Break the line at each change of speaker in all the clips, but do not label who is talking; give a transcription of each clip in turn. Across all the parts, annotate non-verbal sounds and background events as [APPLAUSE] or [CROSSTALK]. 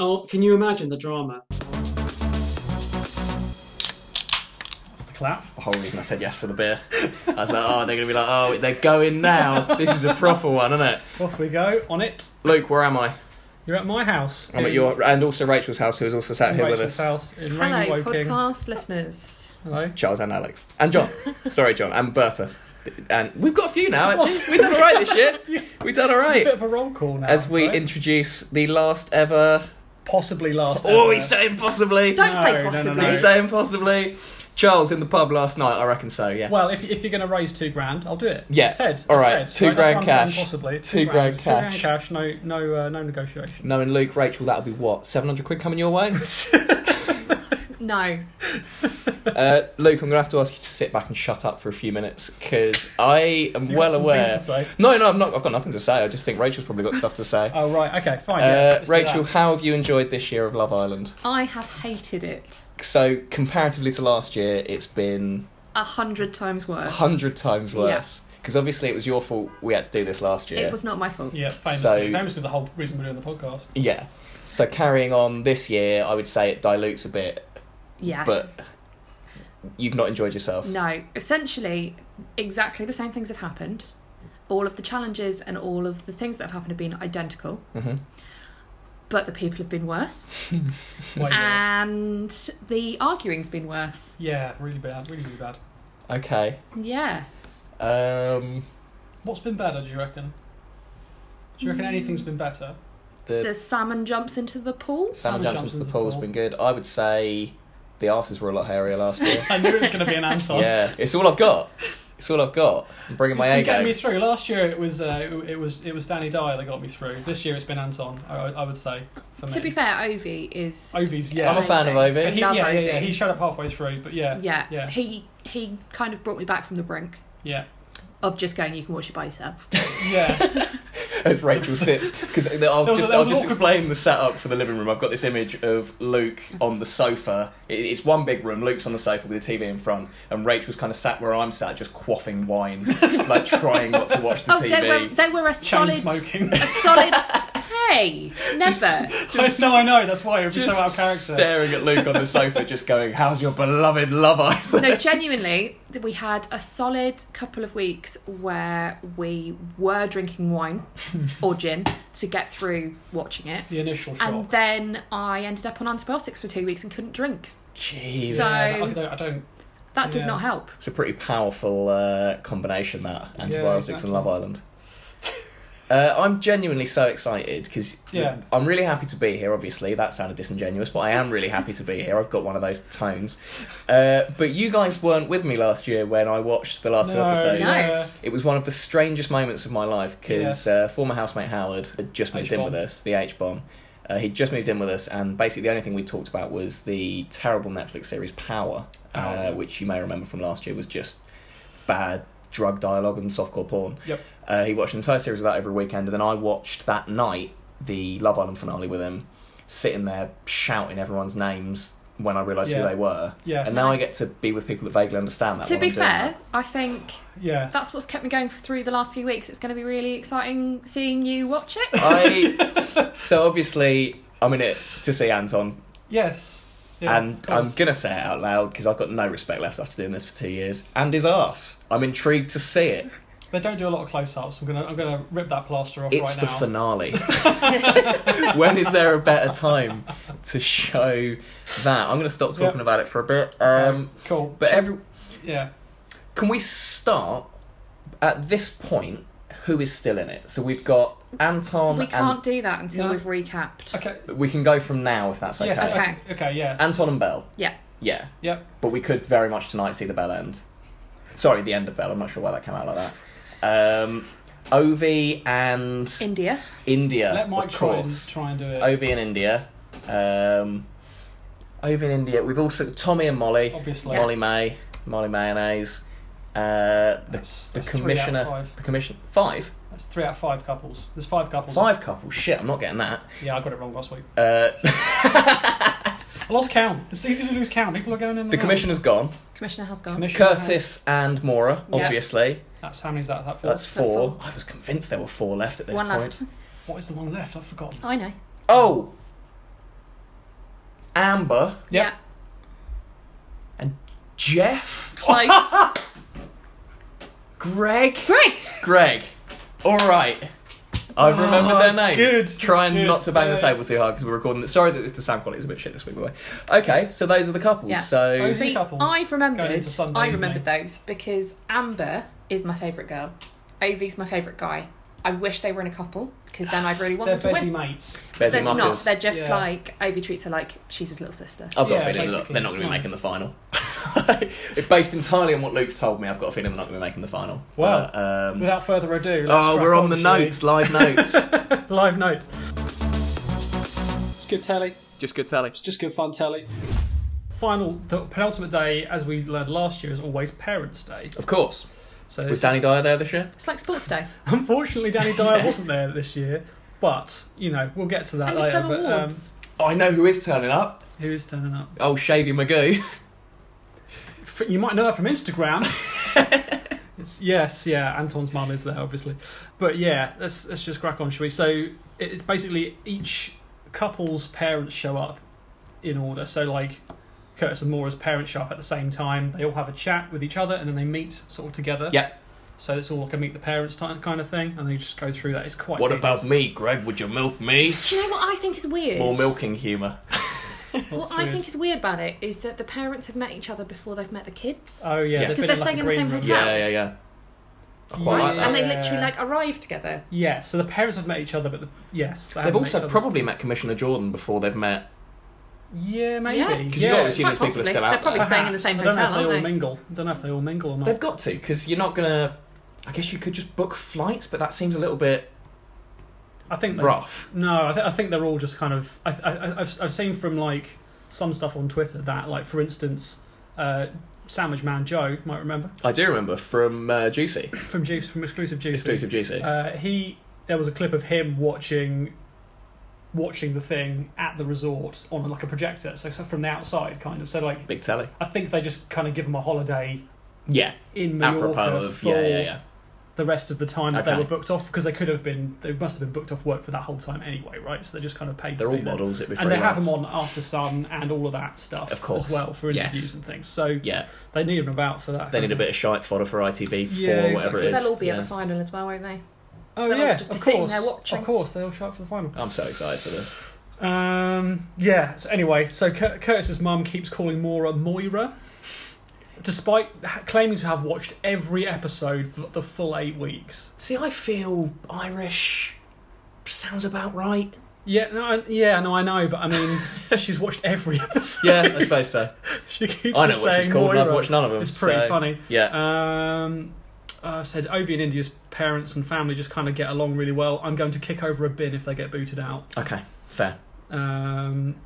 Oh, can you imagine the drama?
That's the class.
The whole reason I said yes for the beer. I was like, oh, they're going to be like, oh, they're going now. This is a proper one, isn't it?
Off we go on it.
Luke, where am I?
You're at my house.
I'm at
in-
your, and also Rachel's house, who is also sat
in
here with us.
Rachel's house in
Hello,
rainy Woking.
podcast listeners.
Hello.
Charles and Alex. And John. Sorry, John. And Berta. And we've got a few now, actually. We've done all right this year. We've done all
It's a
right.
bit of a roll call now.
As we
right?
introduce the last ever.
possibly last.
Oh,
hour.
he's saying possibly.
Don't
No, no,
say
no,
possibly.
no.
He's
So-
saying possibly. Charles in the pub last night, I reckon so, yeah.
Well, if, if you're going to raise two grand, I'll do it.
Yeah,
I Said.
all
I
right,
Said,
two
Right, that's
grand
what I'm saying,
cash.
Possibly. Two,
Two grand
Two grand cash. No, no, uh, no negotiation.
Knowing Luke, Rachel, that'll be what? 700 quid coming your way?
No.
uh, Luke, I'm going to have to ask you to sit back and shut up for a few minutes because I am
You got
well
some
aware.
things to say.
No, no, I'm not, I've got nothing to say. I just think Rachel's probably got stuff to say.
[LAUGHS] Oh right. Okay. Fine. yeah,
Uh,
let's do
Rachel,
that.
how have you enjoyed this year of Love Island?
I have hated it
So, comparatively to last year, it's been
a hundred times worse.
a hundred times
Yeah.
worse. Because obviously, it was your fault we had to do this last year.
It was not my fault.
Yeah. Famously,
So-
famously, the whole reason we're doing
[LAUGHS]
the podcast.
Yeah. So, carrying on this year, I would say it dilutes a bit,
Yeah.
but you've not enjoyed yourself.
Ah. No. Essentially, exactly the same things have happened. All of the challenges and all of the things that have happened have been identical,
hmm
but the people have been worse,
Way worse.
Uh. and the arguing's been worse.
Yeah. Really bad. Really, really bad.
Okay.
Yeah.
Um,
What's been better? Do you reckon? Do you reckon anything's been better?
the
The salmon jumps into the pool.
Salmon
Salmon
jumps
jumps
into the
into
pool
the
has
pool.
been good. I would say the arses were a lot hairier last
[LAUGHS]
year.
I knew it was going to be an
[LAUGHS]
Anton.
yeah, it's all I've got. It's all I've got. I'm bringing
It's
my A
been getting
game.
me through. Last year it was uh, it- it was it was Danny Dyer that got me through. This year it's been Anton. I, I would say. For me.
To be fair, Ovi is.
Ovi's yeah.
I'm a fan of
amazing.
Ovi.
But he,
Love
yeah, yeah,
Ovi.
yeah. He showed up halfway through, but yeah,
yeah.
yeah.
He he kind of brought me back from the brink
yeah,
of just going. You can watch it by yourself.
yeah.
[LAUGHS]
[LAUGHS]
as Rachel sits. Because I'll
There was a-
just,
there
I'll
was an
just
awkward-
explain the setup for the living room. I've got this image of Luke on the sofa. I- It's one big room. Luke's on the sofa with the TV in front, and Rachel's kind of sat where I'm sat, just quaffing wine,
[LAUGHS]
like trying not to watch the
oh, they were
TV.
they were a
Chain
solid
smoking.
a
[LAUGHS]
solid. hey, never.
Just-
no, I know. That's why it would be
Just
so out of character.
staring at Luke on the sofa, just going, "How's your beloved Love
[LAUGHS]
Island?"
no, genuinely, th- we had a solid couple of weeks where we were drinking
[LAUGHS]
wine or gin to get through watching it.
The initial shock.
And then I ended up on antibiotics for two weeks and couldn't drink.
Jeez,
So-
Yeah, I don't. I don't
That did
Yeah.
not help.
it's a pretty powerful uh, combination that antibiotics
exactly.
and Love Island. [LAUGHS] Uh, I'm genuinely so excited because
Yeah.
I'm really happy to be here. Obviously, that sounded disingenuous, but I am really happy to be here. I've got one of those tones. Uh, but you guys weren't with me last year when I watched the last two
no,
episodes.
No.
yeah.
It was one of the strangest moments of my life because
Yes.
uh, former housemate Howard had just moved in
H-bomb.
with us, the H bomb. Uh, he'd just moved in with us, and basically the only thing we talked about was the terrible Netflix series Power, uh,
Power.
which you may remember from last year was just bad drug dialogue and softcore porn.
Yep.
Uh, he watched an entire series of that every weekend, and then I watched that night the Love Island finale with him, sitting there shouting everyone's names when I realised who
Yeah.
they were.
Yes.
And now I
Nice.
get to be with people that vaguely understand that.
to
while
be
I'm doing
fair,
that.
I think
Yeah.
that's what's kept me going through the last few weeks. It's going to be really exciting seeing you
[LAUGHS]
watch it.
I
[LAUGHS]
so obviously I'm in it to see Anton,
Yes. Yeah,
and
of
I'm
course.
gonna say it out loud because I've got no respect left after doing this for two years. And his ass. I'm intrigued to see it.
They don't do a lot of close-ups. I'm gonna. I'm gonna rip that plaster off
It's
right
the
now.
finale. [LAUGHS]
[LAUGHS]
when is there a better time to show that? I'm gonna stop talking
Yeah.
about it for a bit.
Okay,
Um,
cool.
but every
yeah.
can we start at this point? Who is still in it? So we've got Anton.
we can't do that until
No.
we've recapped.
Okay.
And, we can go from now if that's okay.
Yes.
Okay.
Okay. okay yeah.
Anton and Bell.
Yeah.
Yeah.
Yep.
but we could very much tonight see the bell end. Sorry, the end of bell. I'm not sure why that came out like that. Um, Ovi and
India.
India,
Let Mike
of
try and,
course.
try and do it.
Ovi and India. Um, Ovi and India. We've also Tommy and Molly,
Obviously.
Molly May, Molly Mayonnaise. Uh, the
That's,
the
that's three out of
commissioner.
five.
The commission. Five.
That's three out of five couples. There's five couples.
Five couples. Shit, I'm not getting that.
Yeah, I got it wrong last week.
Uh,
I lost count. It's easy to lose count. People are going in. and
the
out.
commissioner's gone.
Commissioner has gone.
Commissioner.
Curtis and Mora,
Yeah.
obviously.
That's how many is that? Is that four?
That's
That's
four.
four.
I was convinced there were four left at this
One
point.
left.
What is the one left? I've forgotten.
I know.
Oh, Amber,
Yep.
Jeff,
Yeah. Close.
[LAUGHS]
Greg,
Greg.
Greg. All right. I've remembered
Oh,
their names.
that's good,
Trying
that's good.
not to bang the
Yeah.
table too hard because we're recording it. Sorry that if the sound quality is a bit shit this week, by the way. Okay, so those are the couples.
Yeah.
So
Those are
See,
couples
I've
going
remembered.
into Sunday
I
evening.
remembered those because Amber is my favourite girl. Ovi's my favourite guy. I wish they were in a couple because then I'd really want
They're
them to
busy
win.
mates.
Bez
They're
and
not.
Muckers.
They're just
Yeah.
like Ovi treats her like she's his little sister.
I've got
Yeah,
a feeling that
basically,
they're not going to be
it's
making the final. [LAUGHS] It- Based entirely on what Luke's told me, I've got a feeling they're not going to be making the final.
Well,
But, um,
Without further ado, let's
oh,
crack
we're on the
shall we?
notes, live notes.
[LAUGHS]
[LAUGHS]
Live notes. It's good telly.
Just good telly.
It's just good fun telly. Final, the penultimate day, as we learned last year, is always Parents' Day.
Of course.
So
Was Danny Dyer there this year?
It's like sports day.
Unfortunately, Danny
[LAUGHS]
Dyer wasn't there this year, but you know we'll get to that
And you
later.
turn
But um,
awards.
Oh, I know who is turning up.
who is turning up?
Oh, Shavy Magoo.
F- You might know that
[LAUGHS]
from Instagram. it's yes, yeah. Anton's mum is there, obviously, but yeah, let's let's just crack on, shall we? So it's basically each couple's parents show up in order. So like. Curtis and Mora's parents show up at the same time. They all have a chat with each other, and then they meet sort of together.
Yep.
So it's all like a meet the parents ti- kind of thing, and they just go through that. It's quite.
What
tedious.
about me, Greg? Would you milk me?
Do you know what I think is weird?
More milking humour.
What
What's
I
weird?
think is weird about it is that the parents have met each other before they've met the kids.
Oh yeah,
Yeah.
they've
'Cause
been
they're
in, like,
staying
a
in the
green
same
room.
hotel.
Yeah, yeah, yeah. I quite
Yeah.
like that.
and they
Yeah.
literally like arrive together.
Yeah, so the parents have met each other, but the, yes, they
They've
haven't met each
also
other
probably
since.
met Commissioner Jordan before they've met.
Yeah, maybe.
Yeah.
Yeah,
'Cause
you've got to assume
Quite
these people are
possibly.
still out
They're probably
there.
staying in the same
[LAUGHS] I
hotel,
don't know if they all
aren't they?
mingle. don't know if they all mingle or not.
They've got to because you're not gonna. I guess you could just book flights, but that seems a little bit
I think. They,
rough.
No, I, th- I think they're all just kind of. I, I, I- I've I've seen from like some stuff on Twitter that like for instance, uh, Sandwich Man Joe you might remember
I do remember from uh, Juicy,
from Juice from exclusive Juice.
exclusive Juicy.
Uh, he there was a clip of him watching watching the thing at the resort on like a projector so, so from the outside kind of so like
Big telly.
i think they just kind of give him a holiday
Yeah,
in Mallorca
apropos of
for
yeah, yeah, yeah.
the rest of the time that
Okay.
they were booked off because they could have been they must have been booked off work for that whole time anyway, right? So they're just kind of paid.
They're
to
all
be there.
models. It'd be
and they have
freelance.
them on after sun and all of that stuff,
Of course.
as well for interviews
Yes.
and things. So
Yeah,
they need them about for that.
they
kind
need a
of-
bit of shite fodder for ITV four, whatever
Yeah,
it
exactly.
is.
They'll all be at
Yeah.
the final as well, won't they?
Oh
they'll all
yeah,
just be
of
sitting
course,
there watching.
Of course, they'll show up for the final.
I'm so excited for this.
Um, yeah. So anyway, so Cur- Curtis's mum keeps calling Mora Moira, despite ha- claiming to have watched every episode for the full eight weeks.
See, I feel Irish sounds about right.
Yeah, no, I, yeah, no, I know, but
[LAUGHS]
I mean, she's watched every episode.
Yeah, I suppose
[LAUGHS]
so.
She keeps
I know
just
what she's
saying
called, and I've
Moira.
watched none of them.
It's pretty
so-
funny.
Yeah.
Um, I said Ovi and India's parents and family just kind of get along really well. I'm going to kick over a bin if they get booted out.
Okay, fair.
Um,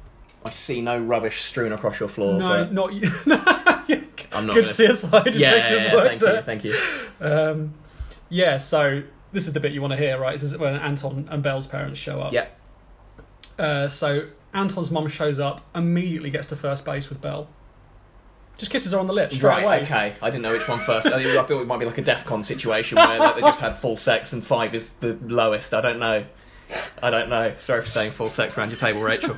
I see no rubbish strewn across your floor.
no,
but
not you. [LAUGHS] no,
I'm not
good
gonna...
CSI detective
Yeah, yeah, yeah,
work
thank you,
there.
thank you.
Um, yeah, so this is the bit you want to hear, right? This is when Anton and Belle's parents show up.
Yeah.
Uh, so Anton's mum shows up, immediately gets to first base with Belle. Just kisses her on the lips
Right,
straight away.
okay. I didn't know which one first. I think- I thought it might be like a DEF CON situation where like, they just had full sex and five is the lowest. I don't know. I don't know. Sorry for saying full sex around your table,
[LAUGHS]
Rachel.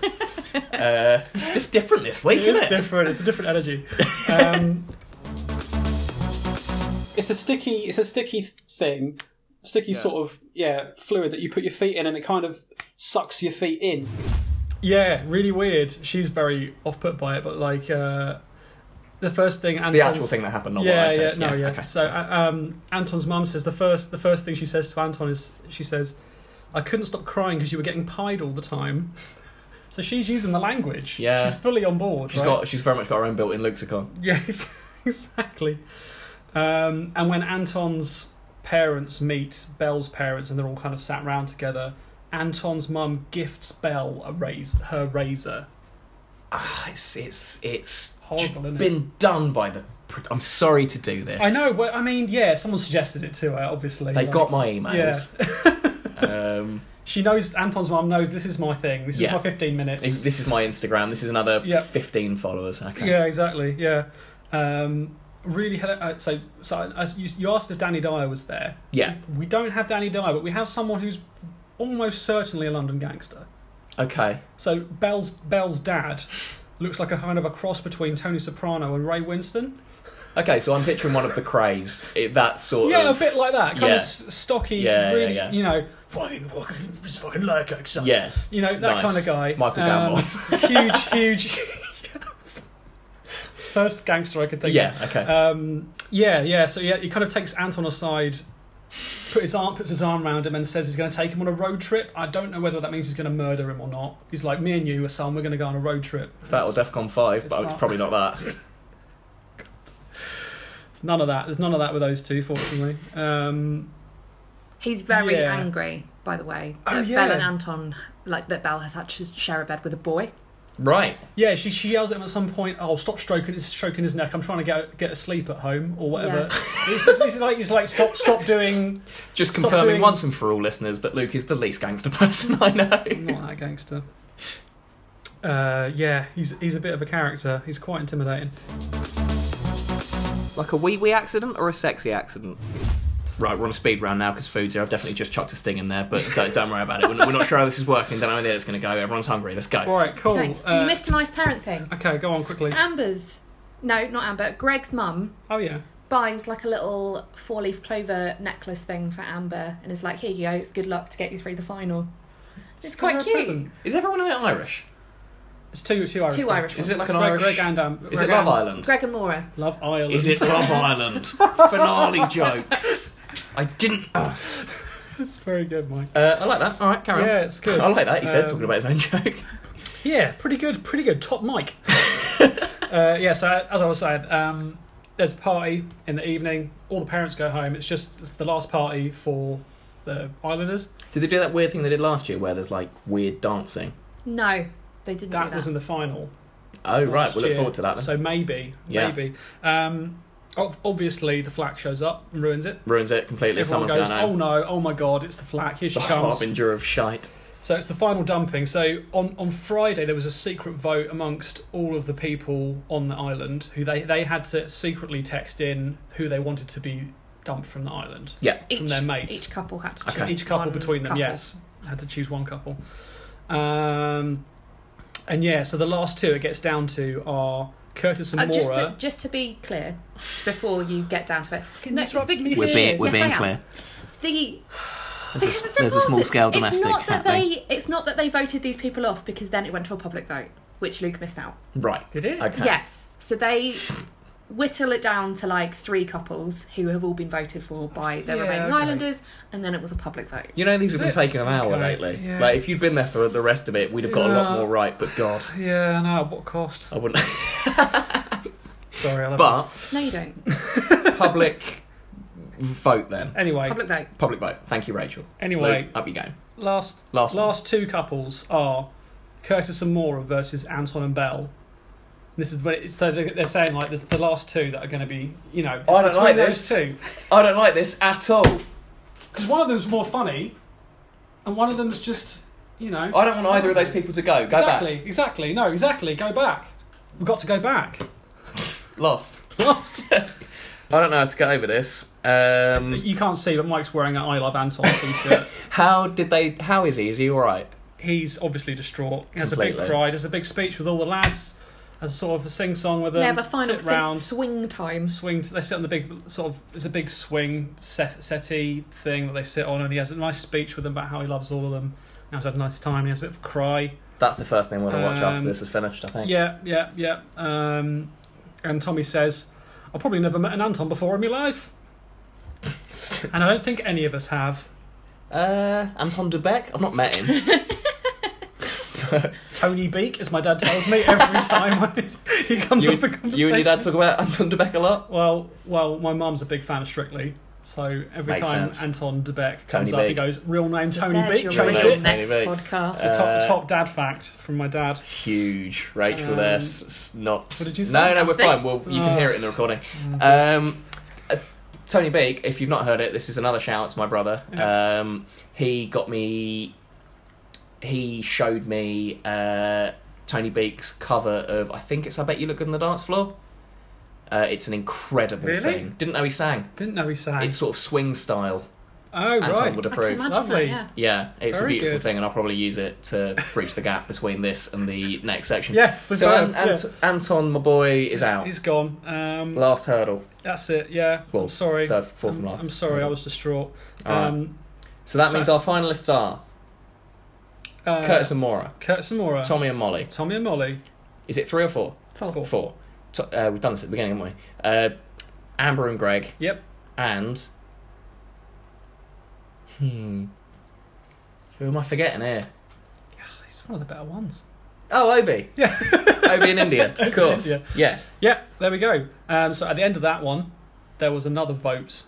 Uh, it's diff- different this week,
It
isn't
is
it?
different. It's a different energy. Um, [LAUGHS] it's a sticky. It's a sticky thing. Sticky
Yeah.
sort of yeah fluid that you put your feet in, and it kind of sucks your feet in. Yeah, really weird. She's very off put by it, but like uh, the first thing Anton's,
the actual thing that happened, not
Yeah,
what Oh, I
yeah,
said.
no, yeah.
Okay.
So uh, um, Anton's mum says the first the first thing she says to Anton is she says, "I couldn't stop crying because you were getting pied all the time." [LAUGHS] so she's using the language.
Yeah.
she's fully on board.
She's
right?
got. She's very much got her own built-in lexicon.
[LAUGHS] Yes, exactly. Um, and when Anton's parents meet Belle's parents, and they're all kind of sat round together, Anton's mum gifts Belle a razor, her razor.
Ah, [SIGHS] it's it's it's
Horrible, isn't it?
been done by the. pro- I'm sorry to do this.
I know. Well, I mean, yeah, someone suggested it to her. Obviously,
They
like-
got my emails. [LAUGHS] um,
She knows Anton's mum knows this is my thing. This
Yeah.
is my fifteen minutes.
this this is my Instagram. This is another
Yeah.
15 followers. Okay.
Yeah, exactly. Yeah. Um, really, had uh, so so as you, you asked if Danny Dyer was there.
Yeah.
We don't have Danny Dyer, but we have someone who's almost certainly a London gangster.
Okay.
So Bell's Bell's dad looks like a kind of a cross between Tony Soprano and Ray Winston.
Okay, so I'm picturing one of the craze. It, that sort
Yeah,
of.
a bit like that. Kind
yeah.
of s- stocky,
Yeah, yeah,
really,
yeah.
you know, fucking, fucking, just fucking lurker, son.
Yeah.
You know, that
Nice.
kind of guy.
Michael
Gamble. [LAUGHS] huge, huge. First gangster I could think
Yeah,
of.
okay.
Um, yeah, yeah. So yeah, he kind of takes Anton aside, put his arm, puts his arm around him, and says he's going to take him on a road trip. I don't know whether that means he's going to murder him or not. He's like, me and you, son, we're going to go on a road trip.
It's that or DEFCON 5, but
It's
it's
not.
probably not that.
There's none of that. There's none of that with those two, fortunately. Um,
He's very
Yeah.
angry, by the way,
Oh,
that
yeah.
Belle and Anton, like that Belle has had to share a bed with a boy.
Right.
yeah, she she yells at him at some point. Oh, stop stroking, his- stroking his neck. I'm trying to get get asleep at home or whatever. he's, just- he's like he's like stop stop doing.
Just
Stop
confirming
doing-
once and for all, listeners, that Luke is the least gangster [LAUGHS] person I know.
Not that gangster. Uh, yeah, he's he's a bit of a character. He's quite intimidating.
Like a wee wee accident or a sexy accident? Right, we're on a speed round now because food's here. I've definitely just chucked a sting in there, but don't, don't worry about it. We're not, we're not sure how this is working. Don't know where it's going to go. Everyone's hungry. Let's go.
All right, cool.
Okay.
Uh,
you Uh, missed a nice parent thing.
Okay, go on quickly.
Amber's, no, not Amber, Greg's mum
Oh yeah.
buys like a little four leaf clover necklace thing for Amber and is like, here you go, it's good luck to get you through the final. It's quite
Is there a
cute.
prison?
Is everyone in it Irish?
It's two two Irish.
Two
ones.
Irish
Is it like
ones.
an
Greg,
Irish?
Greg and um,
is
Greg
it Love
and-
Island?
Greg and Maura.
Love Island.
Is it Love [LAUGHS] Island? Finale jokes. I didn't. Uh,
It's very good, Mike.
I like that. All right, carry on.
Yeah, it's good.
I like that. He said
Um,
talking about his own [LAUGHS] joke.
Yeah, pretty good. Pretty good.
[LAUGHS]
Top Mike. uh, yeah. So as I was saying, um, there's a party in the evening. All the parents go home. It's just it's the last party for the Islanders.
Did they do that weird thing they did last year where there's like weird dancing?
No, they didn't
That,
do that.
was in the final.
Oh right,
last
we'll look
year.
forward to that. Then.
So maybe,
Yeah.
maybe. Um, ob- obviously, the flak shows up and ruins it.
Ruins it completely.
Everyone
Someone's
goes,
gonna know.
"Oh no! Oh my God! It's the flak! Here
[LAUGHS]
she
the
comes!"
harbinger of shite.
So it's the final dumping. So on, on Friday there was a secret vote amongst all of the people on the island who they, they had to secretly text in who they wanted to be dumped from the island.
Yeah.
each,
their mates.
each couple had to
Okay.
choose
Each couple
one
between them,
couple.
yes. Had to choose one couple. Um, and yeah, so the last two it gets down to are Curtis and
Uh,
Maura.
just, to, just to be clear, before you get down to it,
Fucking disrupt
big-
me
We're
Yes,
being,
here.
we're
yes, I
being
am.
clear.
The
There's
Because
a,
it's
there's a
important.
small scale
It's
domestic
not that
happening.
they. It's not that they voted these people off because then it went to a public vote, which Luke missed out.
Right.
Did it?
Okay.
Yes, so they whittle it down to like three couples who have all been voted for by the
Yeah,
remaining
okay.
Islanders, and then it was a public vote.
You know these have
Is
been
it?
taking an hour
Okay,
lately.
yeah.
Like if you'd been there for the rest of it, we'd have got a lot
Yeah.
more right. But God,
Yeah, no, at what cost?
I wouldn't. [LAUGHS]
Sorry, I love
but
No, you don't.
public vote then.
it. Anyway,
public vote.
Public vote. Thank you, Rachel.
anyway,
Luke, up you go.
last
Last one.
last two couples are Curtis and Mora versus Anton and Bell. This is what it, so they- they're saying like this, the last two that are going to be you know it's
I don't
between
like this.
those two
I don't like this at all.
because one of them's more funny and one of them's just you know
I don't want either of those people to go. Go
exactly exactly no exactly go back we've got to go back
back. Lost. Lost. I don't know how to get over this. Um,
you can't see but Mike's wearing an I love Anton t-shirt
how did they? How is he? Is he all right?
he's obviously distraught he has a
Completely.
big cry does a big speech with all the lads has a sort of a sing song with them
They have a final
sit
sing-
round.
swing time.
swing. They sit on the big sort of. It's a big swing set, settee thing that they sit on, and he has a nice speech with them about how he loves all of them. And he's had a nice time. And he has a bit of a cry.
That's the first thing we're gonna watch after
Um,
this is finished. I think.
Yeah, yeah, yeah. Um, and Tommy says, "I've probably never met an Anton before in my
[LAUGHS]
life, and I don't think any of us have."
Uh, Anton de Beck. I've not
[LAUGHS]
met him.
Tony Beak, as my dad tells me
[LAUGHS]
every time when he- he comes
you,
up a
and-
conversation.
you and your dad talk about Anton de Beck a lot.
Well, well, my mum's a big fan of Strictly. So every
Makes
time
sense.
Anton de Beck
Tony
comes up, he
Beak.
goes, real name
So
Tony
there's
Beak,
your
changed
real
it.
real
Tony
next
Beak.
podcast.
It's a top,
Uh,
top dad fact from my dad.
Huge, Rachel.
Um,
there, s- s- not.
What did you say?
No, no, we're
Nothing.
fine. Well, you can
Oh.
hear it in the recording. Um, uh, Tony Beak, if you've not heard it, this is another shout out to my brother. Um, he got me. He showed me uh, Tony Beak's cover of I think it's I Bet You Look Good on the Dance Floor. Uh, it's an incredible
Really?
thing. Didn't know he sang.
Didn't know he sang.
It's sort of swing style.
Oh,
Anton
right.
would
I can
approve.
imagine
Lovely.
that, yeah.
Yeah, it's a
Very
beautiful
good.
thing, and I'll probably use it to bridge the gap between this and the next section.
Yes,
So
superb,
An- Ant-
yeah.
Anton, my boy, is out.
He's gone. Um,
Last hurdle.
that's it. Yeah.
Well,
I'm sorry.
Third, fourth,
I'm,
and last. Mm.
I'm sorry. I was distraught.
Alright.
Um,
So that
so-
means our finalists are
uh,
Curtis and Mora,
Curtis and Mora.
Tommy and Molly.
Tommy and Molly.
Is it three or four?
Four.
Four.
Four. To- uh, we've done this at the beginning, haven't we? Uh, Amber and Greg
Yep.
and. Hmm. Who am I forgetting here?
He's one of the better ones.
Oh, Ovi.
Yeah.
Ovi in India,
[LAUGHS] Ovi in
of course.
India.
Yeah.
Yeah. There we go. Um, so at the end of that one, there was another vote,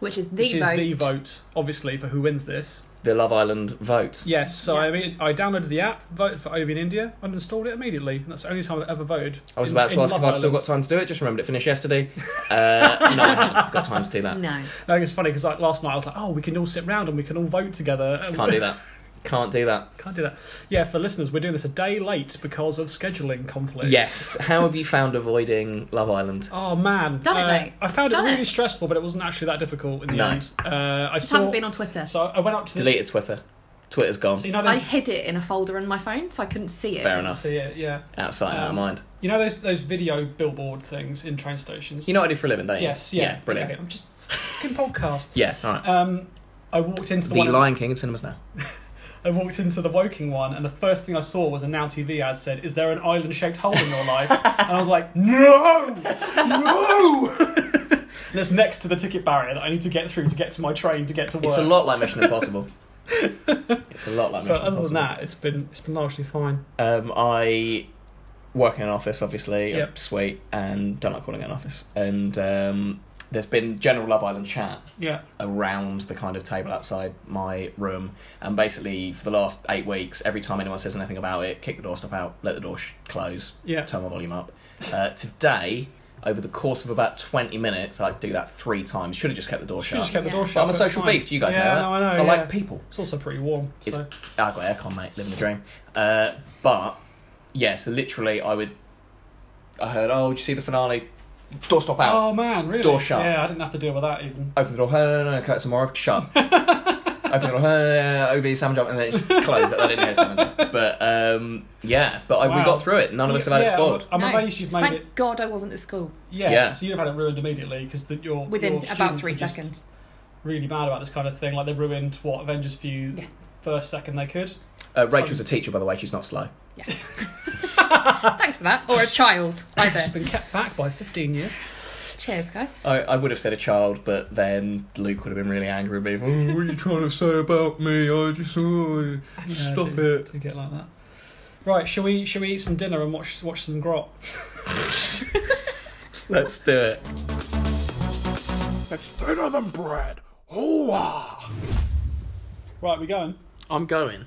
Which is the
which
vote.
is the vote, obviously, for who wins this.
The Love Island vote.
Yes. So
Yeah.
I mean, I downloaded the app, voted for Ovi in India, and installed it immediately. And that's the only time I've ever voted.
I was
in-
about to
in
ask if
Love
I've still got
Island.
time to do it. Just remembered it finished yesterday. Uh, no, I
[LAUGHS]
haven't got time to do that.
No.
No, it's funny because like last night I was like, oh, we can all sit round and we can all vote together. And
Can't do that. Can't do that.
Can't do that. Yeah, for listeners, we're doing this a day late because of scheduling conflicts.
Yes. How have you found avoiding Love Island?
Oh man,
Done it,
Uh,
mate.
I found
Done
it really
it.
stressful, but it wasn't actually that difficult in the
No.
end. Uh, I
Just
saw.
haven't been on Twitter.
So I went up to
Deleted Twitter. Twitter's gone.
The, so you know
I
those.
hid it in a folder on my phone so I couldn't see it.
Fair enough.
see it, yeah.
Outside, out of
Um,
mind.
You know those those video billboard things in train stations.
You know what I do for a living, don't you?
Yes. Yeah.
brilliant.
Okay, I'm just fucking podcast.
Yeah, all right.
Um, I walked into the,
the
one.
Lion King in cinemas now.
I walked into the Woking one, and the first thing I saw was a Now TV ad said, "Is there an island-shaped hole in your
[LAUGHS]
life?" and I was like, "No, no!" [LAUGHS] and it's next to the ticket barrier that I need to get through to get to my train to get to work.
It's a lot like Mission
[LAUGHS]
Impossible. it's a lot like
but
Mission
other
Impossible.
than that, it's been it's been largely fine.
Um, I work in an office, obviously,
Yep.
sweet, and don't like calling it an office. And um, there's been general Love Island chat
Yeah,
around the kind of table outside my room. And basically, for the last eight weeks, every time anyone says anything about it, kick the door stop out, let the door sh- close,
yeah.
turn my volume up. Uh, today, over the course of about 20 minutes, I had to do that three times. Should have just kept the door
Should have
shut.
just kept the
Yeah.
door
But
shut.
I'm a
but
social
it's fine.
beast, you guys
yeah,
know that.
No, I know.
I
yeah.
like people.
It's also pretty warm.
It's-
so.
Oh, I've got aircon, mate, living the dream. Uh, but, yeah, so literally, I would. I heard, oh, did you see the finale? Door stop out.
Oh man, really?
Door shut.
Yeah, I didn't have to deal with that even.
Open the door, no, no, no, cut some more, shut.
[LAUGHS]
Open the door, no, no, no, OV, Sam jump, and then it just closed. I didn't hear Sam jump. But, um, yeah, but I, we
Wow.
got through it. None of us have had it
yeah,
spoiled.
I'm, I'm
No.
amazed you've made
Thank
it.
God I wasn't at school
Yes, you'd have had it ruined immediately because your
within
your
about
students
three
are just
seconds.
Really mad about this kind of thing. Like they ruined what Avengers View
Yeah.
first second they could.
Uh, Rachel's a teacher, by the way, she's not slow.
Thanks for that. Or a child,
She's
either.
been kept back by 15 [LAUGHS] years.
Cheers, guys.
I, I would have said a child, but then Luke would have been really angry with me. Oh, what are you trying to say about me? I just. Oh, Stop
I do,
it.
do Uh, get like that. Right, shall we? Shall we eat some dinner and watch watch some grot?
let's do it.
It's thinner than bread. Hoo-ah!
Right, we going.
I'm going.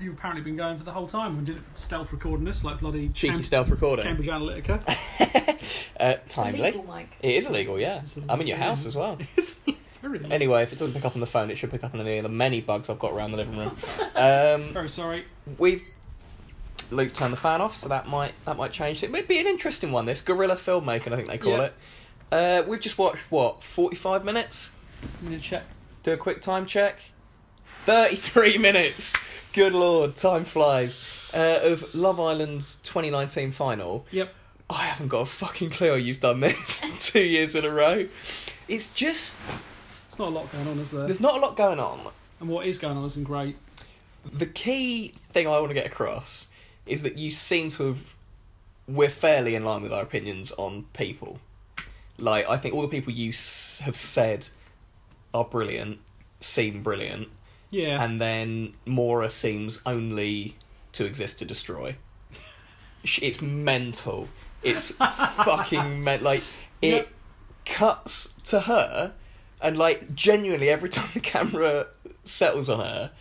You've apparently been going for the whole time. We did stealth recording this like bloody
Cheeky
Cam-
stealth recording.
Cambridge Analytica. [LAUGHS]
Uh, timely.
Mike.
It is illegal, yeah.
It's illegal,
I'm in your house as well.
[LAUGHS] It's very-
Anyway, if it doesn't pick up on the phone, it should pick up on any of the many bugs I've got around the living room. Um,
Very sorry.
we've Luke's turned the fan off, so that might that might change. It might be an interesting one. This guerrilla filmmaking, I think they call
Yeah.
it. Uh, we've just watched what 45 minutes.
I'm gonna check.
Do a quick time check. 33 [LAUGHS] minutes. Good lord, time flies. Uh, of Love Island's 2019 final.
Yep.
I haven't got a fucking clue how you've done this [LAUGHS] two years in a row. It's just
It's not a lot going on, is there?
there's not a lot going on.
And what is going on isn't great.
The key thing I want to get across is that you seem to have we're fairly in line with our opinions on people. Like I think all the people you s- have said are brilliant, seem brilliant,
Yeah. [LAUGHS]
and then Mora seems only to exist to destroy. Sh- It's mental. It's fucking men- like it
Yep.
cuts to her, and like genuinely every time the camera settles on her,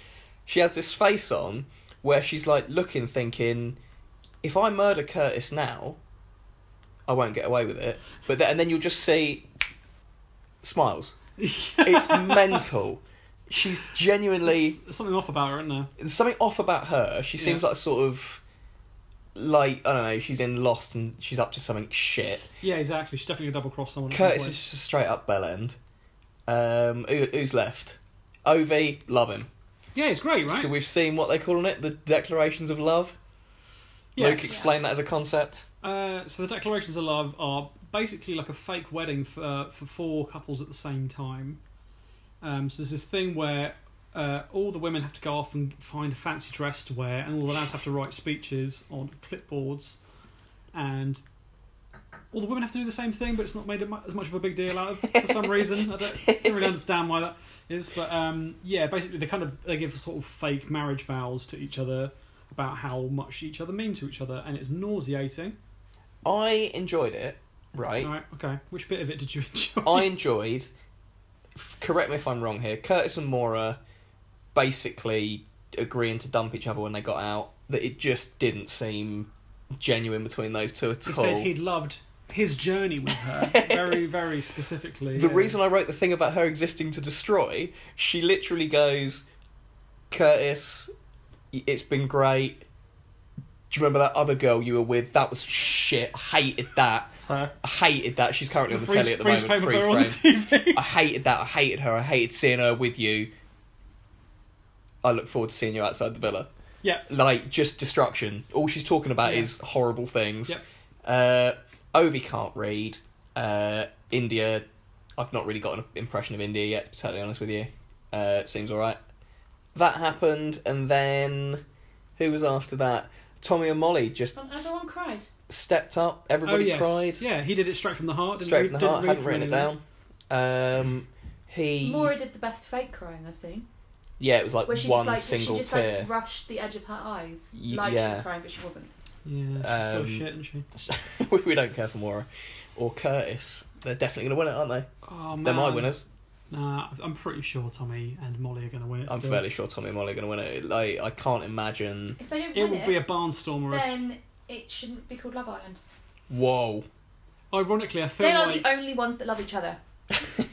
she has this face on where she's like looking, thinking, if I murder Curtis now, I won't get away with it. But then, and then you'll just see smiles. It's mental. She's genuinely
There's something off about her, isn't there?
there's something off about her. She seems
Yeah.
like a sort of like I don't know. She's in Lost and she's up to something shit.
Yeah, exactly. She's definitely gonna double cross someone. at some
Curtis
point.
is just a straight up bell end. Um, who, who's left? Ovi, love him.
Yeah, it's great, right?
So we've seen what they're calling it, the declarations of love. Luke,
yes.
explain that as a concept.
Uh, so the declarations of love are basically like a fake wedding for uh, for four couples at the same time. Um, so there's this thing where uh, all the women have to go off and find a fancy dress to wear, and all the lads have to write speeches on clipboards, and all the women have to do the same thing, but it's not made mu- as much of a big deal out of for some reason. I don't, don't really understand why that is, but um, yeah, basically they kind of they give sort of fake marriage vows to each other about how much each other mean to each other, and it's nauseating.
I enjoyed it, right? Oh,
All right, okay. Which bit of it did you [LAUGHS] enjoy?
I enjoyed. f- Correct me if I'm wrong here. Curtis and Mora basically agreeing to dump each other when they got out. That it just didn't seem genuine between those two at
He
all.
said he'd loved his journey
[LAUGHS]
with her very, very specifically.
The
yeah.
reason I wrote the thing about her existing to destroy, she literally goes, Curtis, y- it's been great. Do you remember that other girl you were with? That was shit. I hated that.
Her.
I hated that. She's currently on the
freeze,
telly at the
freeze
moment.
frame of her
freeze frame.
on the TV.
[LAUGHS] I hated that. I hated her. I hated seeing her with you. I look forward to seeing you outside the villa.
yeah,
Like, just destruction. All she's talking about
Yeah.
is horrible things.
Yep.
Uh, Ovi can't read. Uh, India, I've not really got an impression of India yet, to be totally honest with you. Uh, it seems alright. That happened, and then who was after that? Tommy and Molly just
And everyone cried.
stepped up.
oh
Everybody
yes,
cried.
yeah. He did it straight from the heart. Didn't
Straight
read-
from the
didn't
heart.
read
Hadn't
from
written it
anything.
down. Um, he
Mora did the best fake crying I've seen.
Yeah, it was like
Where she
one
just like
single
she just
tear.
like rushed the edge of her eyes.
Y-
like she
yeah.
was crying but she wasn't.
Yeah, she's full
Um,
of shit, isn't she?
[LAUGHS] we we don't care for Mora or Curtis. They're definitely going to win it, aren't they?
Oh man,
They're my winners.
Nah, I'm pretty sure Tommy and Molly are going to win it.
I'm
still.
fairly sure Tommy and Molly are going to win it. Like I can't imagine.
If they don't
It
win
will
it,
be a barnstormer. if-
then it shouldn't be called Love Island.
Whoa.
Ironically, I feel
They are
like
the only ones that love each other.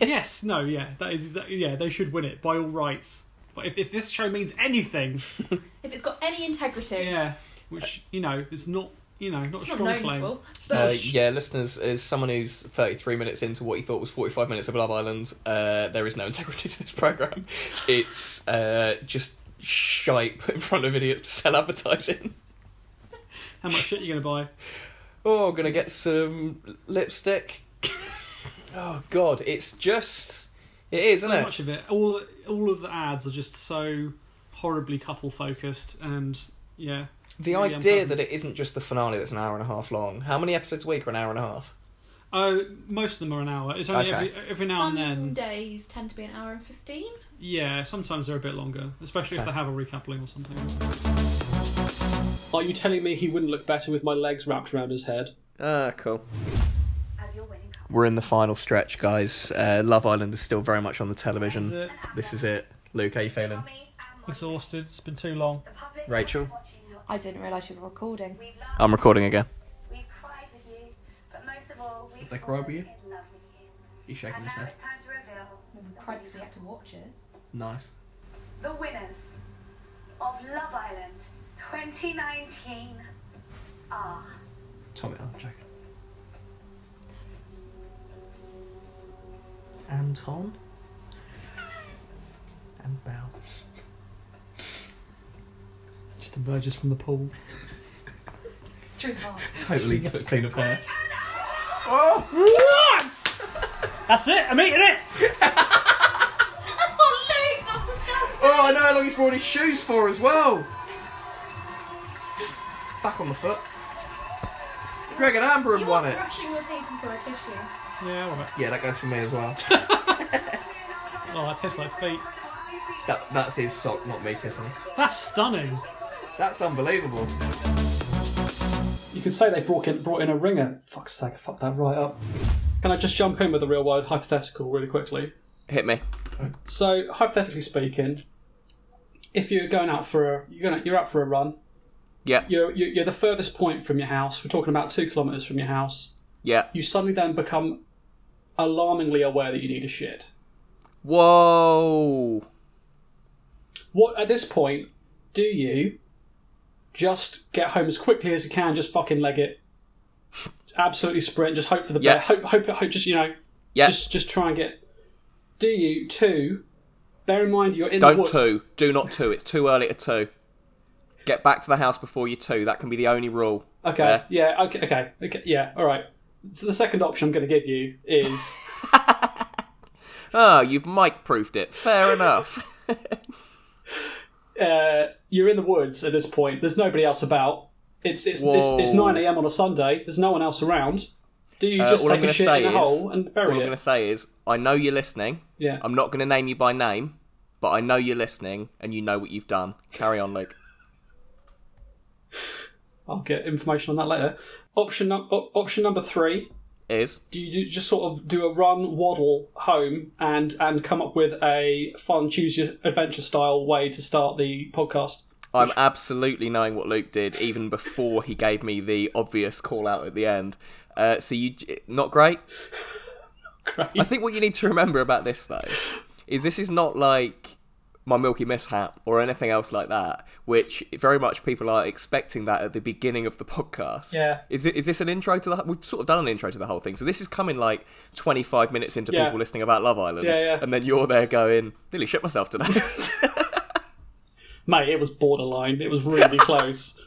yes, no, yeah, that is exactly yeah. They should win it by all rights. But if, if this show means anything,
If it's got any integrity,
yeah, which you know is not you know not
it's
a
not
strong
known
claim.
for. But
Uh, yeah, listeners, as someone who's 33 minutes into what he thought was 45 minutes of Love Island, uh, there is no [LAUGHS] integrity to this program. It's uh, just shite put in front of idiots to sell advertising.
How much shit are you going to
[LAUGHS] Oh, I'm gonna get some lipstick. [LAUGHS] oh God, it's just it is,
buy?
isn't
So
it?
much of it. All all of the ads are just so horribly couple focused, and yeah,
The
really
idea
unpleasant.
that it isn't just the finale that's an hour and a half long. How many episodes a week are an hour and a half?
oh, most of them are an hour. It's only
Okay.
every, every now
some
and then.
days tend to be an hour and fifteen.
Yeah, sometimes they're a bit longer, especially
Okay.
if they have a recoupling or something.
Are you telling me he wouldn't look better with my legs wrapped around his head?
Ah, cool. We're in the final stretch, guys. Uh, Love Island is still very much on the
Is
television.
it
This is it. Luke, how you feeling?
uh,
exhausted? It's been too long.
Rachel? Um,
I didn't realise you were recording.
I'm recording again.
We've cried with you, but most of all, we've
they
fallen
cried with you?
in love with you.
He's shaking
And
his
now
head.
it's time to reveal
We cried because we had to watch it.
Nice.
the winners of Love Island 2019 are
Tommy, I'm joking. Anton? and Belle.
Just emerges from the pool.
Through the heart.
Totally [LAUGHS] clean of hair.
That's it. I'm eating it.
Oh, Luke, that's disgusting.
Oh, I know how long he's worn his shoes for as well. Back on the foot. Greg and Amber
You
have
are
won it.
brushing your teeth before I kiss you.
Yeah, all right.
Yeah, that goes for me as well.
Oh, it tastes like feet.
that, that's his sock, not me kissing.
That's stunning.
That's unbelievable.
You could say they brought in brought in a ringer. Fuck's sake, I fucked that right up. Can I just jump in with a real world hypothetical really quickly?
Hit me.
So hypothetically speaking, if you're going out for a you're going you're out for a run,
Yeah,
you're you're you're the furthest point from your house. We're talking about two kilometers from your house.
yeah.
You suddenly then become alarmingly aware that you need a shit.
Whoa.
What at this point do you just get home as quickly as you can? Just fucking leg it. Absolutely sprint. Just hope for the
Yeah. Uh,
best. Hope hope hope. Just you know
Yeah.
just just try and get do you two
Bear in mind, you're in the
Don't
woods.
two. Do not two. It's too early to two. Get back to the house before you two. That can be the only rule.
Okay.
there.
Yeah. Okay. Okay. Okay. Yeah. All right. So the second option I'm going to give you
[LAUGHS]
is
Ah, you've mic proofed it. Fair [LAUGHS] enough.
uh, you're in the woods at this point. There's nobody else about. It's it's
Whoa.
it's, it's nine a.m. on a Sunday. There's no one else around. Do you
Uh,
just
all I'm
take
gonna
a shit
say
in a
is-
hole and
All I'm
bury
going to
it?
say is, I know you're listening.
Yeah.
I'm not going to name you by name, but I know you're listening and you know what you've done. Carry on, Luke.
I'll get information on that later. Option num- op- option number three.
Is
Do you do, just sort of do a run, waddle home, and and come up with a fun choose your adventure style way to start the podcast?
I'm absolutely knowing what Luke did even before he gave me the obvious call out at the end. Uh, so you not great. I
Great.
think what you need to remember about this though is this is not like my Milky Mishap or anything else like that, which very much people are expecting that at the beginning of the podcast.
Yeah.
Is it is this an intro to the? We've sort of done an intro to the whole thing, so this is coming like 25 minutes into
Yeah.
people listening about Love Island.
Yeah, yeah.
And then you're there going, nearly shit myself today. [LAUGHS]
Mate, it was borderline. It
[LAUGHS]
was really close.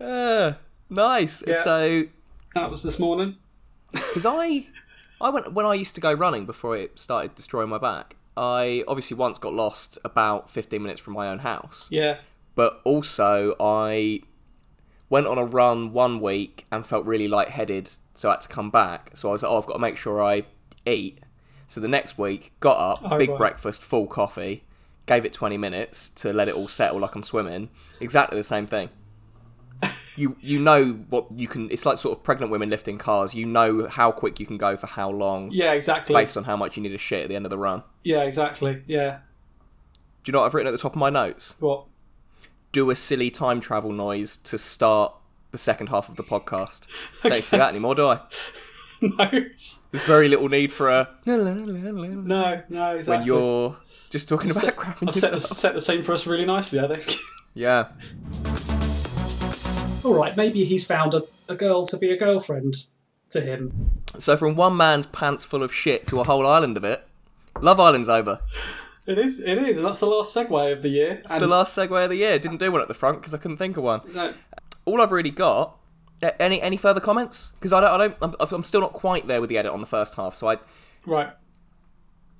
Uh, nice.
Yeah.
So
That was this morning.
because I, I went when I used to go running before it started destroying my back. I obviously once got lost about 15 minutes from my own house,
Yeah.
but also I went on a run one week and felt really lightheaded, so I had to come back. So I was like, oh, I've got to make sure I eat. So the next week, got up,
Oh,
big
right.
breakfast, full coffee, gave it 20 minutes to let it all settle like I'm swimming. Exactly the same
[LAUGHS]
thing. You you know what you can. It's like sort of pregnant women lifting cars. You know how quick you can go for how long,
Yeah, exactly.
based on how much you need a shit at the end of the run.
Yeah, exactly. Yeah.
Do you know what I've written at the top of my notes?
What? [LAUGHS]
do a silly time travel noise to start the second half of the
[LAUGHS]
podcast. Don't see that anymore, do I?
No.
There's very little need for a
No, no, exactly.
when you're just talking about grabbing
I've set
[LAUGHS]
the,
yourself.
set the scene for us really nicely, I think. [LAUGHS]
Yeah.
All right, maybe he's found a, a girl to be a girlfriend to him.
So from one man's pants full of shit to a whole island of it, Love Island's over.
It is, it is, and that's the last segue of the year.
It's the last segue of the year. Didn't do one at the front because I couldn't think of one.
No,
All I've really got. a- Any any further comments? Because I don't I don't I'm, I'm still not quite there with the edit on the first half. So I
right.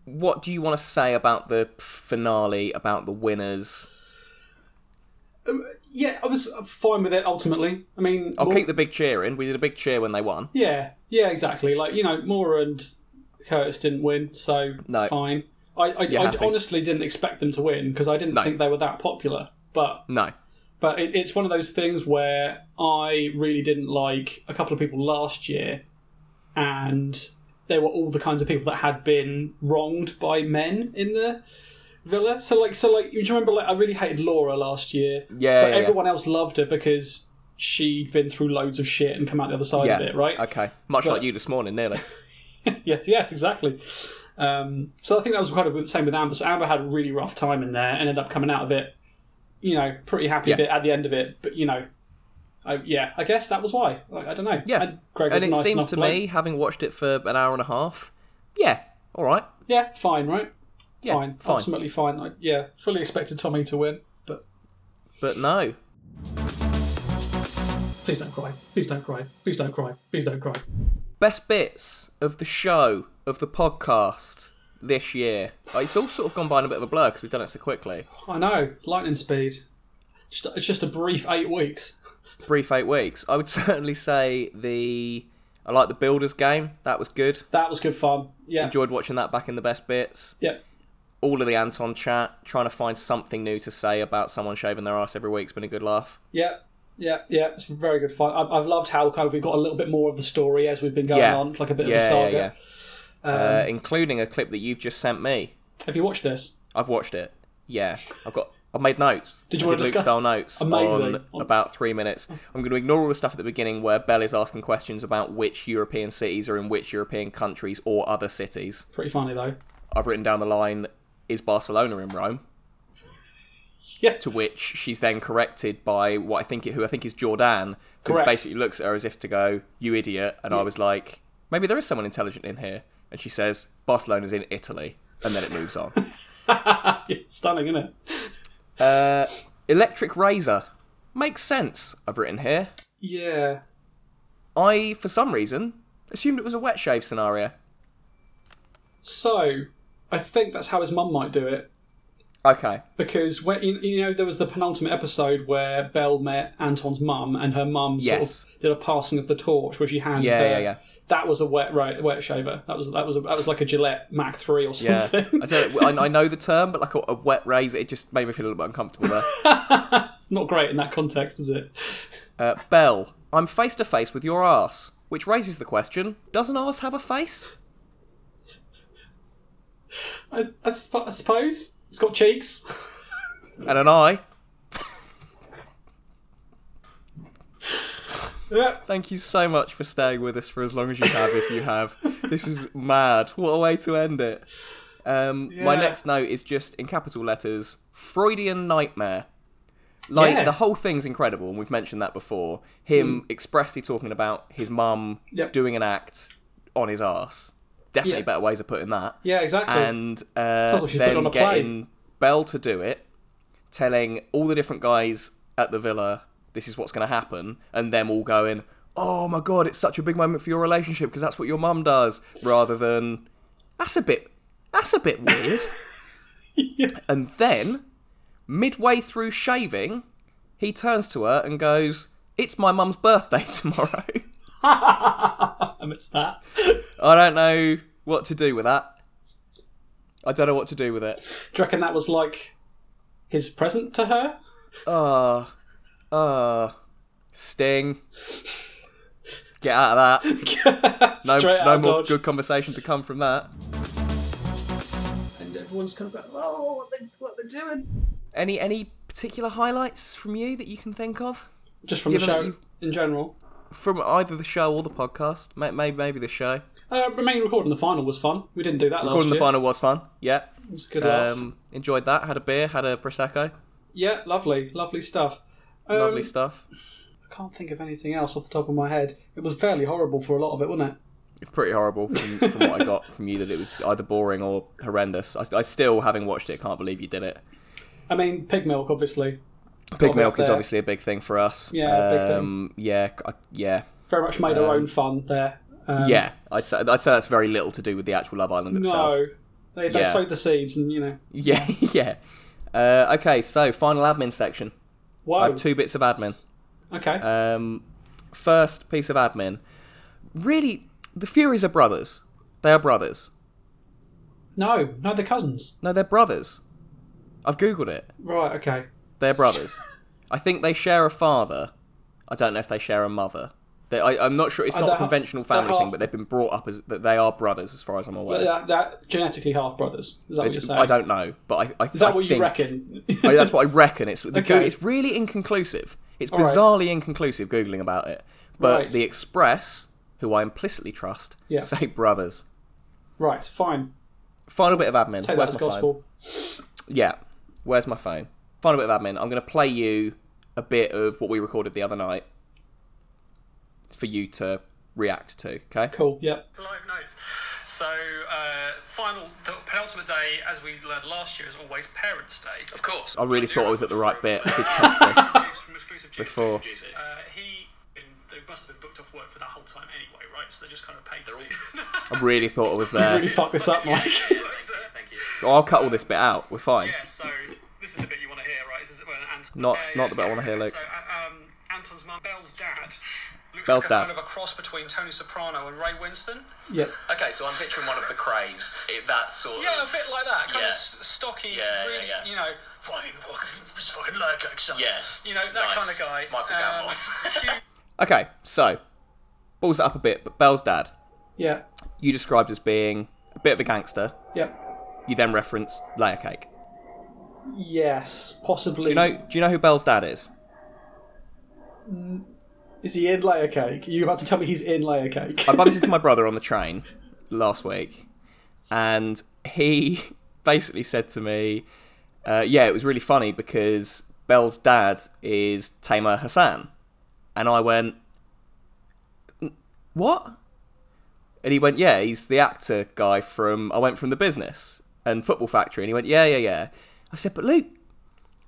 what do you want to say about the finale? About the winners?
Yeah, I was uh, fine with it ultimately. I mean,
I'll
Mor-
keep the big cheer in. We did a big cheer when they won.
yeah, yeah, exactly. Like you know, Moore and Curtis didn't win, so
No.
fine. I, I,
You're
I
happy.
honestly didn't expect them to win because I didn't
No.
think they were that popular. But
No.
but it, it's one of those things where I really didn't like a couple of people last year, and they were all the kinds of people that had been wronged by men in the villa. So like, so like, you remember like I really hated Laura last year,
Yeah.
but
yeah, yeah.
everyone else loved her because she'd been through loads of shit and come out the other side
Yeah.
of it, right?
Okay. Much
But-
like you this morning,
[LAUGHS]
nearly.
yes, yes, exactly. Um, so I think that was kind of the same with Amber. So Amber had a really rough time in there and ended up coming out of it, you know, pretty happy
Yeah.
bit at the end of it. But you know, I, yeah, I guess that was why. Like, I don't know.
Yeah.
and Greg was
and
a
it
nice
seems
enough
to
bloke.
me, having watched it for an hour and a half, yeah, all right.
yeah, fine, right?
Yeah,
fine,
fine.
ultimately fine. I, yeah, fully expected Tommy to win, but
But no.
Please don't cry. Please don't cry. Please don't cry. Please don't cry.
Best bits of the show, of the podcast this year. Uh, It's all sort of gone by in a bit of a blur because we've done it so quickly.
I know lightning speed. Just, it's just a brief eight weeks.
Brief eight weeks. I would [LAUGHS] certainly say the. I like the Builders game. That was good.
That was good fun. Yeah,
Enjoyed watching that back in the best bits.
yeah.
all of the Anton chat, trying to find something new to say about someone shaving their ass every week's been a good laugh.
Yeah, yeah, yeah. It's very good fun. I've, I've loved how kind of we got a little bit more of the story as we've been going
Yeah.
on, it's like a bit of a
Yeah, yeah,
saga. Um,
yeah. uh, including a clip that you've just sent me.
Have you watched this?
I've watched it. Yeah, I've got. I've made notes.
Did
I
you wanna
did Luke
discuss-
style notes
[LAUGHS] Amazing. Oh.
on about three minutes. I'm going to ignore all the stuff at the beginning where Bell is asking questions about which European cities are in which European countries or other cities.
Pretty funny though. [LAUGHS]
I've written down the line: Is Barcelona in Rome?
Yeah.
to which she's then corrected by what I think who I think is Jordan, who
Correct.
basically looks at her as if to go, "You idiot," and I was like,
[LAUGHS]
"Maybe there is someone intelligent in here." And she says, "Barcelona's in Italy," and then it moves on.
it's stunning, isn't it?
Uh, electric razor makes sense. I've written here.
Yeah.
I, for some reason, assumed it was a wet shave scenario.
So, I think that's how his mum might do it. [LAUGHS]
Okay.
Because when you, you know there was the penultimate episode where Belle met Anton's mum, and her mum
Yes.
sort of did a passing of the torch where she handed
Yeah,
her.
yeah, yeah.
That was a wet right, wet shaver. That was that was a, that was like a Gillette Mac Three or
Yeah.
something.
I, don't know, I, I know the term, but like a, a wet razor, it just made me feel a little bit uncomfortable there.
it's [LAUGHS] not great in that context, is it?
Uh, Bell, I'm face to face with your ass, which raises the question: Does an ass have a face?
I, I, sp- I suppose it's got cheeks.
And an eye.
yeah.
Thank you so much for staying with us for as long as you have, if you have. This is mad. What a way to end it. Um, My
Yeah.
next note is just in capital letters Freudian nightmare. Like,
Yeah.
the whole thing's incredible, and we've mentioned that before. Him expressly talking about his mum
Mm. Yep.
doing an act on his arse. Definitely
Yeah.
better ways of putting that.
Yeah, exactly.
And uh,
Sounds like she's put it
then
on a play.
getting Bell to do it, telling all the different guys at the villa this is what's going to happen, and them all going, "Oh my god, it's such a big moment for your relationship because that's what your mum does," rather than that's a bit that's a bit
[LAUGHS]
weird. And then midway through shaving, he turns to her and goes, "It's my mum's birthday [LAUGHS] tomorrow."
[LAUGHS] I missed that.
I don't know what to do with that. I don't know what to do with it.
Do you reckon that was like his present to her? [LAUGHS]
Uh, uh, Sting. Get out of that. No,
Straight out
no
of
more
Dodge.
good conversation to come from that.
And everyone's kind of like, oh, what they what they're doing?
Any any particular highlights from you that you can think of
Just from the
Given that
show
you've-
in general.
from either the show or the podcast? Maybe maybe the show.
Uh, remain recording the final was fun. We didn't do that
Recording
last year.
the final was fun. Yeah.
It was a good laugh.
Um, enjoyed that. Had a beer. Had a prosecco.
Yeah, lovely, lovely stuff. Um,
Lovely stuff.
I can't think of anything else off the top of my head. It was fairly horrible for a lot of it, wasn't it?
It's pretty horrible from, from what I got from you that it was either boring or horrendous. I, I still, having watched it, can't believe you did it.
I mean, pig milk, obviously,
Pig
up
milk is
there.
obviously a big thing for us.
Yeah, big thing.
um, yeah, c- I- yeah.
very much made our own fun there. Um,
Yeah, I'd say, I'd say that's very little to do with the actual Love Island itself. [LAUGHS]
No, they, they
Yeah.
sowed the seeds, and you know,
Yeah, yeah. Uh, okay, so final admin section.
whoa.
I have two bits of admin.
okay,
Um, first piece of admin. Really, the Furies are brothers. They are brothers.
no, no, they're cousins.
No, they're brothers. I've googled it.
Right, okay.
They're brothers. I think they share a father. I don't know if they share a mother. They, I, I'm not sure. It's
Uh,
not
they're
a
half-
conventional
they're
family thing,
half-
but they've been brought up as that they are brothers, as far as I'm aware.
But that, that genetically half brothers. Is that what you're saying?
I don't know, but I, I
Is that
I
what you
think-
reckon?
I mean, that's what I reckon. It's the
Okay.
Goo- it's really inconclusive. It's
right.
bizarrely inconclusive googling about it. But
Right.
the Express, who I implicitly trust,
Yeah.
say brothers.
[LAUGHS] right, fine.
Final bit of admin.
Take that
Where's
as
my
gospel.
phone? Yeah. Where's my phone? Final bit of admin. I'm going to play you a bit of what we recorded the other night for you to react to. Okay.
Cool. Yep.
live notes. So, uh, final, the penultimate day, as we learned last year, is always Parents' Day. Of course.
I really thought I was at the right bit. I did
[LAUGHS]
test [LAUGHS] this. Before.
Uh, he, they must have been booked off work for that whole time anyway, right? So they just kind of paid. They're all. [LAUGHS]
I really thought I was there.
Really fuck this up,
[LAUGHS]
Mike.
Thank you.
I'll cut all this bit out. We're fine.
Yeah, so this is the bit you want to hear, right? This is when Anton.
Not- it's not the bit I wanna hear, Luke.
So, uh, um, Anton's mum, Bell's dad, looks
Belle's
like
dad.
a kind of a cross between Tony Soprano and Ray Winston.
Yep.
Okay, so I'm picturing one of the craze. It, that sort
Yeah, a
of.
bit like that. Kind
Yeah.
of s- stocky,
Yeah, yeah,
really,
yeah.
you know, fucking, fucking, fucking loco, son.
Yeah.
You know, that
Nice.
kind of guy.
Michael
Um,
Gambon.
Hugh-
Okay. So, balls that up a bit. But Bell's dad.
Yeah.
you described as being a bit of a gangster.
Yep.
You then referenced Layer Cake.
Yes. Possibly.
Do you know? Do you know who Bell's dad is?
Is he in layer cake? You about to tell me he's in layer cake?
I
[LAUGHS]
bumped into my brother on the train last week, and he [LAUGHS] basically said to me, uh, "Yeah, it was really funny because Bell's dad is Tamer Hassan," and I went, "N- "What?" And he went, "Yeah, he's the actor guy from I went from the business." and Football Factory, and he went, yeah, yeah, yeah. I said, but Luke,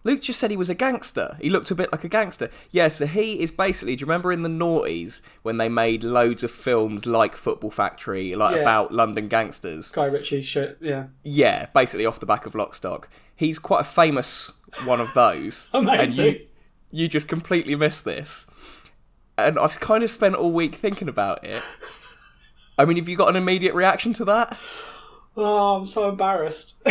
Luke just said he was a gangster. He looked a bit like a gangster. Yeah, so he is basically. Do you remember in the noughties when they made loads of films like Football Factory, like
Yeah.
about London gangsters?
Guy Ritchie shit. Yeah.
Yeah, basically off the back of Lockstock. He's quite a famous one of those. And
[LAUGHS] Amazing.
you, you just completely missed this. And I've kind of spent all week thinking about it. I mean, have you got an immediate reaction to that?
Oh, I'm so embarrassed. [LAUGHS]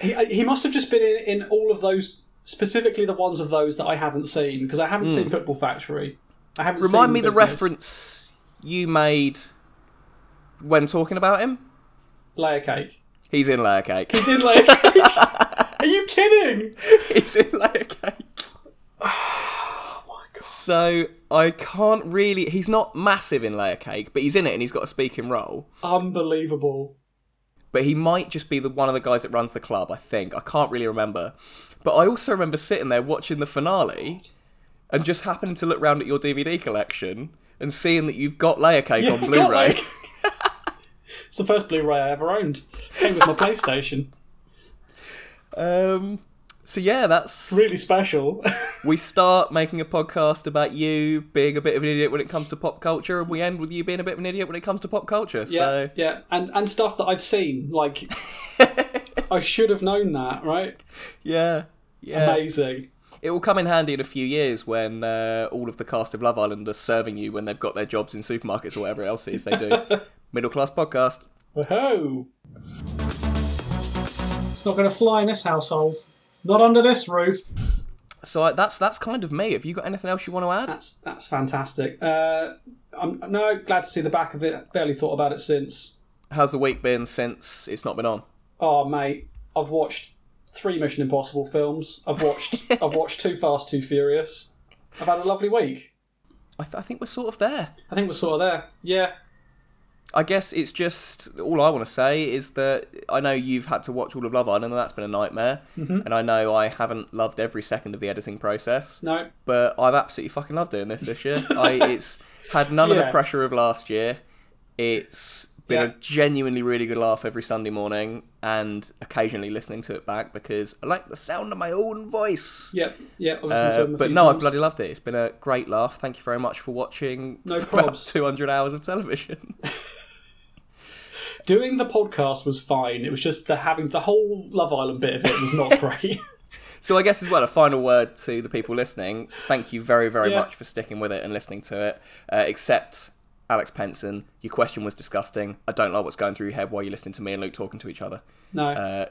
he, uh, he must have just been in, in all of those, specifically the ones of those that I haven't seen, because I haven't
Mm.
seen Football Factory. I haven't
Remind
seen
me the
Business.
reference you made when talking about him.
Layer Cake.
He's in layer cake.
He's in Layer Cake. Are you kidding?
[LAUGHS] He's in layer cake.
[SIGHS] Oh
So I can't really. He's not massive in layer cake, but he's in it and he's got a speaking role.
Unbelievable.
but he might just be the one of the guys that runs the club. I think I can't really remember, but I also remember sitting there watching the finale, and just happening to look round at your DVD collection and seeing that you've got Layer Cake
Yeah, [LAUGHS]
on
I've got
Blu-ray.
Layer Cake. It's the first Blu-ray I ever owned. Came with my PlayStation.
um, so yeah, that's
Really special. [LAUGHS]
we start making a podcast about you being a bit of an idiot when it comes to pop culture, and we end with you being a bit of an idiot when it comes to pop culture.
Yeah,
So
yeah, and and stuff that I've
[LAUGHS]
seen. Like, I should have known that, right?
yeah, yeah.
Amazing.
It will come in handy in a few years when uh, all of the cast of Love Island are serving you when they've got their jobs in supermarkets or whatever else it is they do. Middle class podcast.
Whoa!
It's not going to fly in this household. Not under this roof.
So I, that's that's kind of me. Have you got anything else you want to add?
That's that's fantastic. Uh, I'm no glad to see the back of it. Barely thought about it since.
How's the week been since it's not been on?
Oh mate, I've watched three Mission Impossible films. I've
[LAUGHS]
watched I've watched Too Fast, Too Furious. I've had a lovely week.
I, th- I think we're sort of there.
I think we're sort of there. Yeah,
I guess it's just all I want to say is that I know you've had to watch all of Love Island and that's been a nightmare.
Mhm.
And I know I haven't loved every second of the editing process.
no,
but I've absolutely fucking loved doing this this year.
[LAUGHS]
I, it's had none of
Yeah.
the pressure of last year. It's been
Yeah.
a genuinely really good laugh every Sunday morning, and occasionally listening to it back because I like the sound of my own voice.
yep, yep. I've listened to
Uh,
them a
but
few
no, I
times.
bloody loved it. It's been a great laugh. Thank you very much for watching.
No
about
probs.
two hundred hours of television.
doing the podcast was fine. It was just the having the whole Love Island bit of it
[LAUGHS]
was not great. [LAUGHS]
so I guess as well, a final word to the people listening. Thank you very very
Yeah.
much for sticking with it and listening to it. Uh, except Alex Penson, your question was disgusting. I don't like what's going through your head while you're listening to me and Luke talking to each other.
No.
Uh,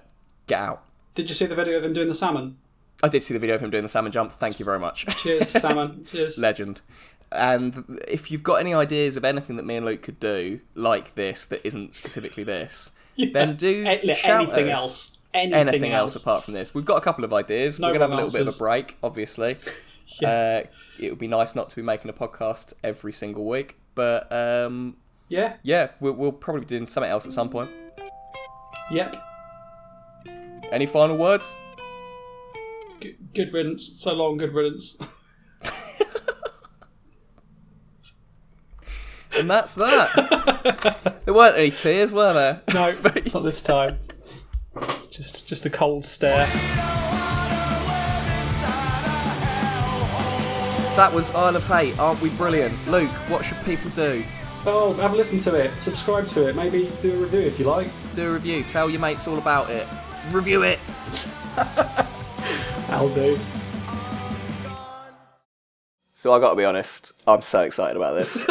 get out.
Did you see the video of him doing the salmon?
I did see the video of him doing the salmon jump. Thank you very much.
[LAUGHS] Cheers, salmon. Cheers.
Legend. And if you've got any ideas of anything that me and Luke could do like this that isn't specifically
[LAUGHS]
this, then do
A- li-
shout
Eh, anything
us
else. Anything, else.
apart from this. We've got a couple of ideas.
No
We're gonna have a
one
little bit of a
else's.
break,
[LAUGHS]
obviously. Uh, it would be nice not to be making a podcast every single week, but um,
Yeah.
yeah, we'll, we'll probably be doing something else at some point.
Yep.
Any final words?
G- good riddance. So long. Good riddance. [LAUGHS]
And that's that.
[LAUGHS]
there weren't any tears, were there?
No,
[LAUGHS]
not this time. It's just just a cold stare.
That was Isle of Hay. Aren't we brilliant? Luke, what should people do?
Oh, have a listen to it. Subscribe to it. Maybe do a review if you like.
Do a review. Tell your mates all about it. Review it.
That'll do.
So I got to be honest, I'm so excited about [LAUGHS] this,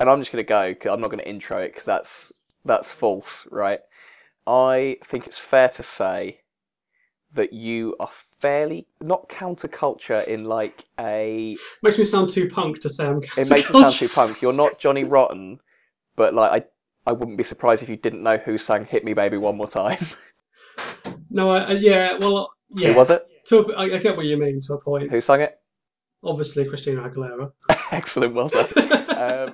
and I'm just gonna go. i I'm not gonna intro it because that's that's false, right? I think it's fair to say that you are fairly not counterculture in like a.
Makes me sound too punk to say I'm
It makes it sound too punk. You're not Johnny Rotten, but like I, I wouldn't be surprised if you didn't know who sang "Hit Me, Baby, One More Time."
No, I, I- yeah, well, yeah.
Who was it?
To a, I, I get what you mean to a point.
Who sang it? [LAUGHS]
Obviously, Christina Aguilera.
Excellent, well done. um,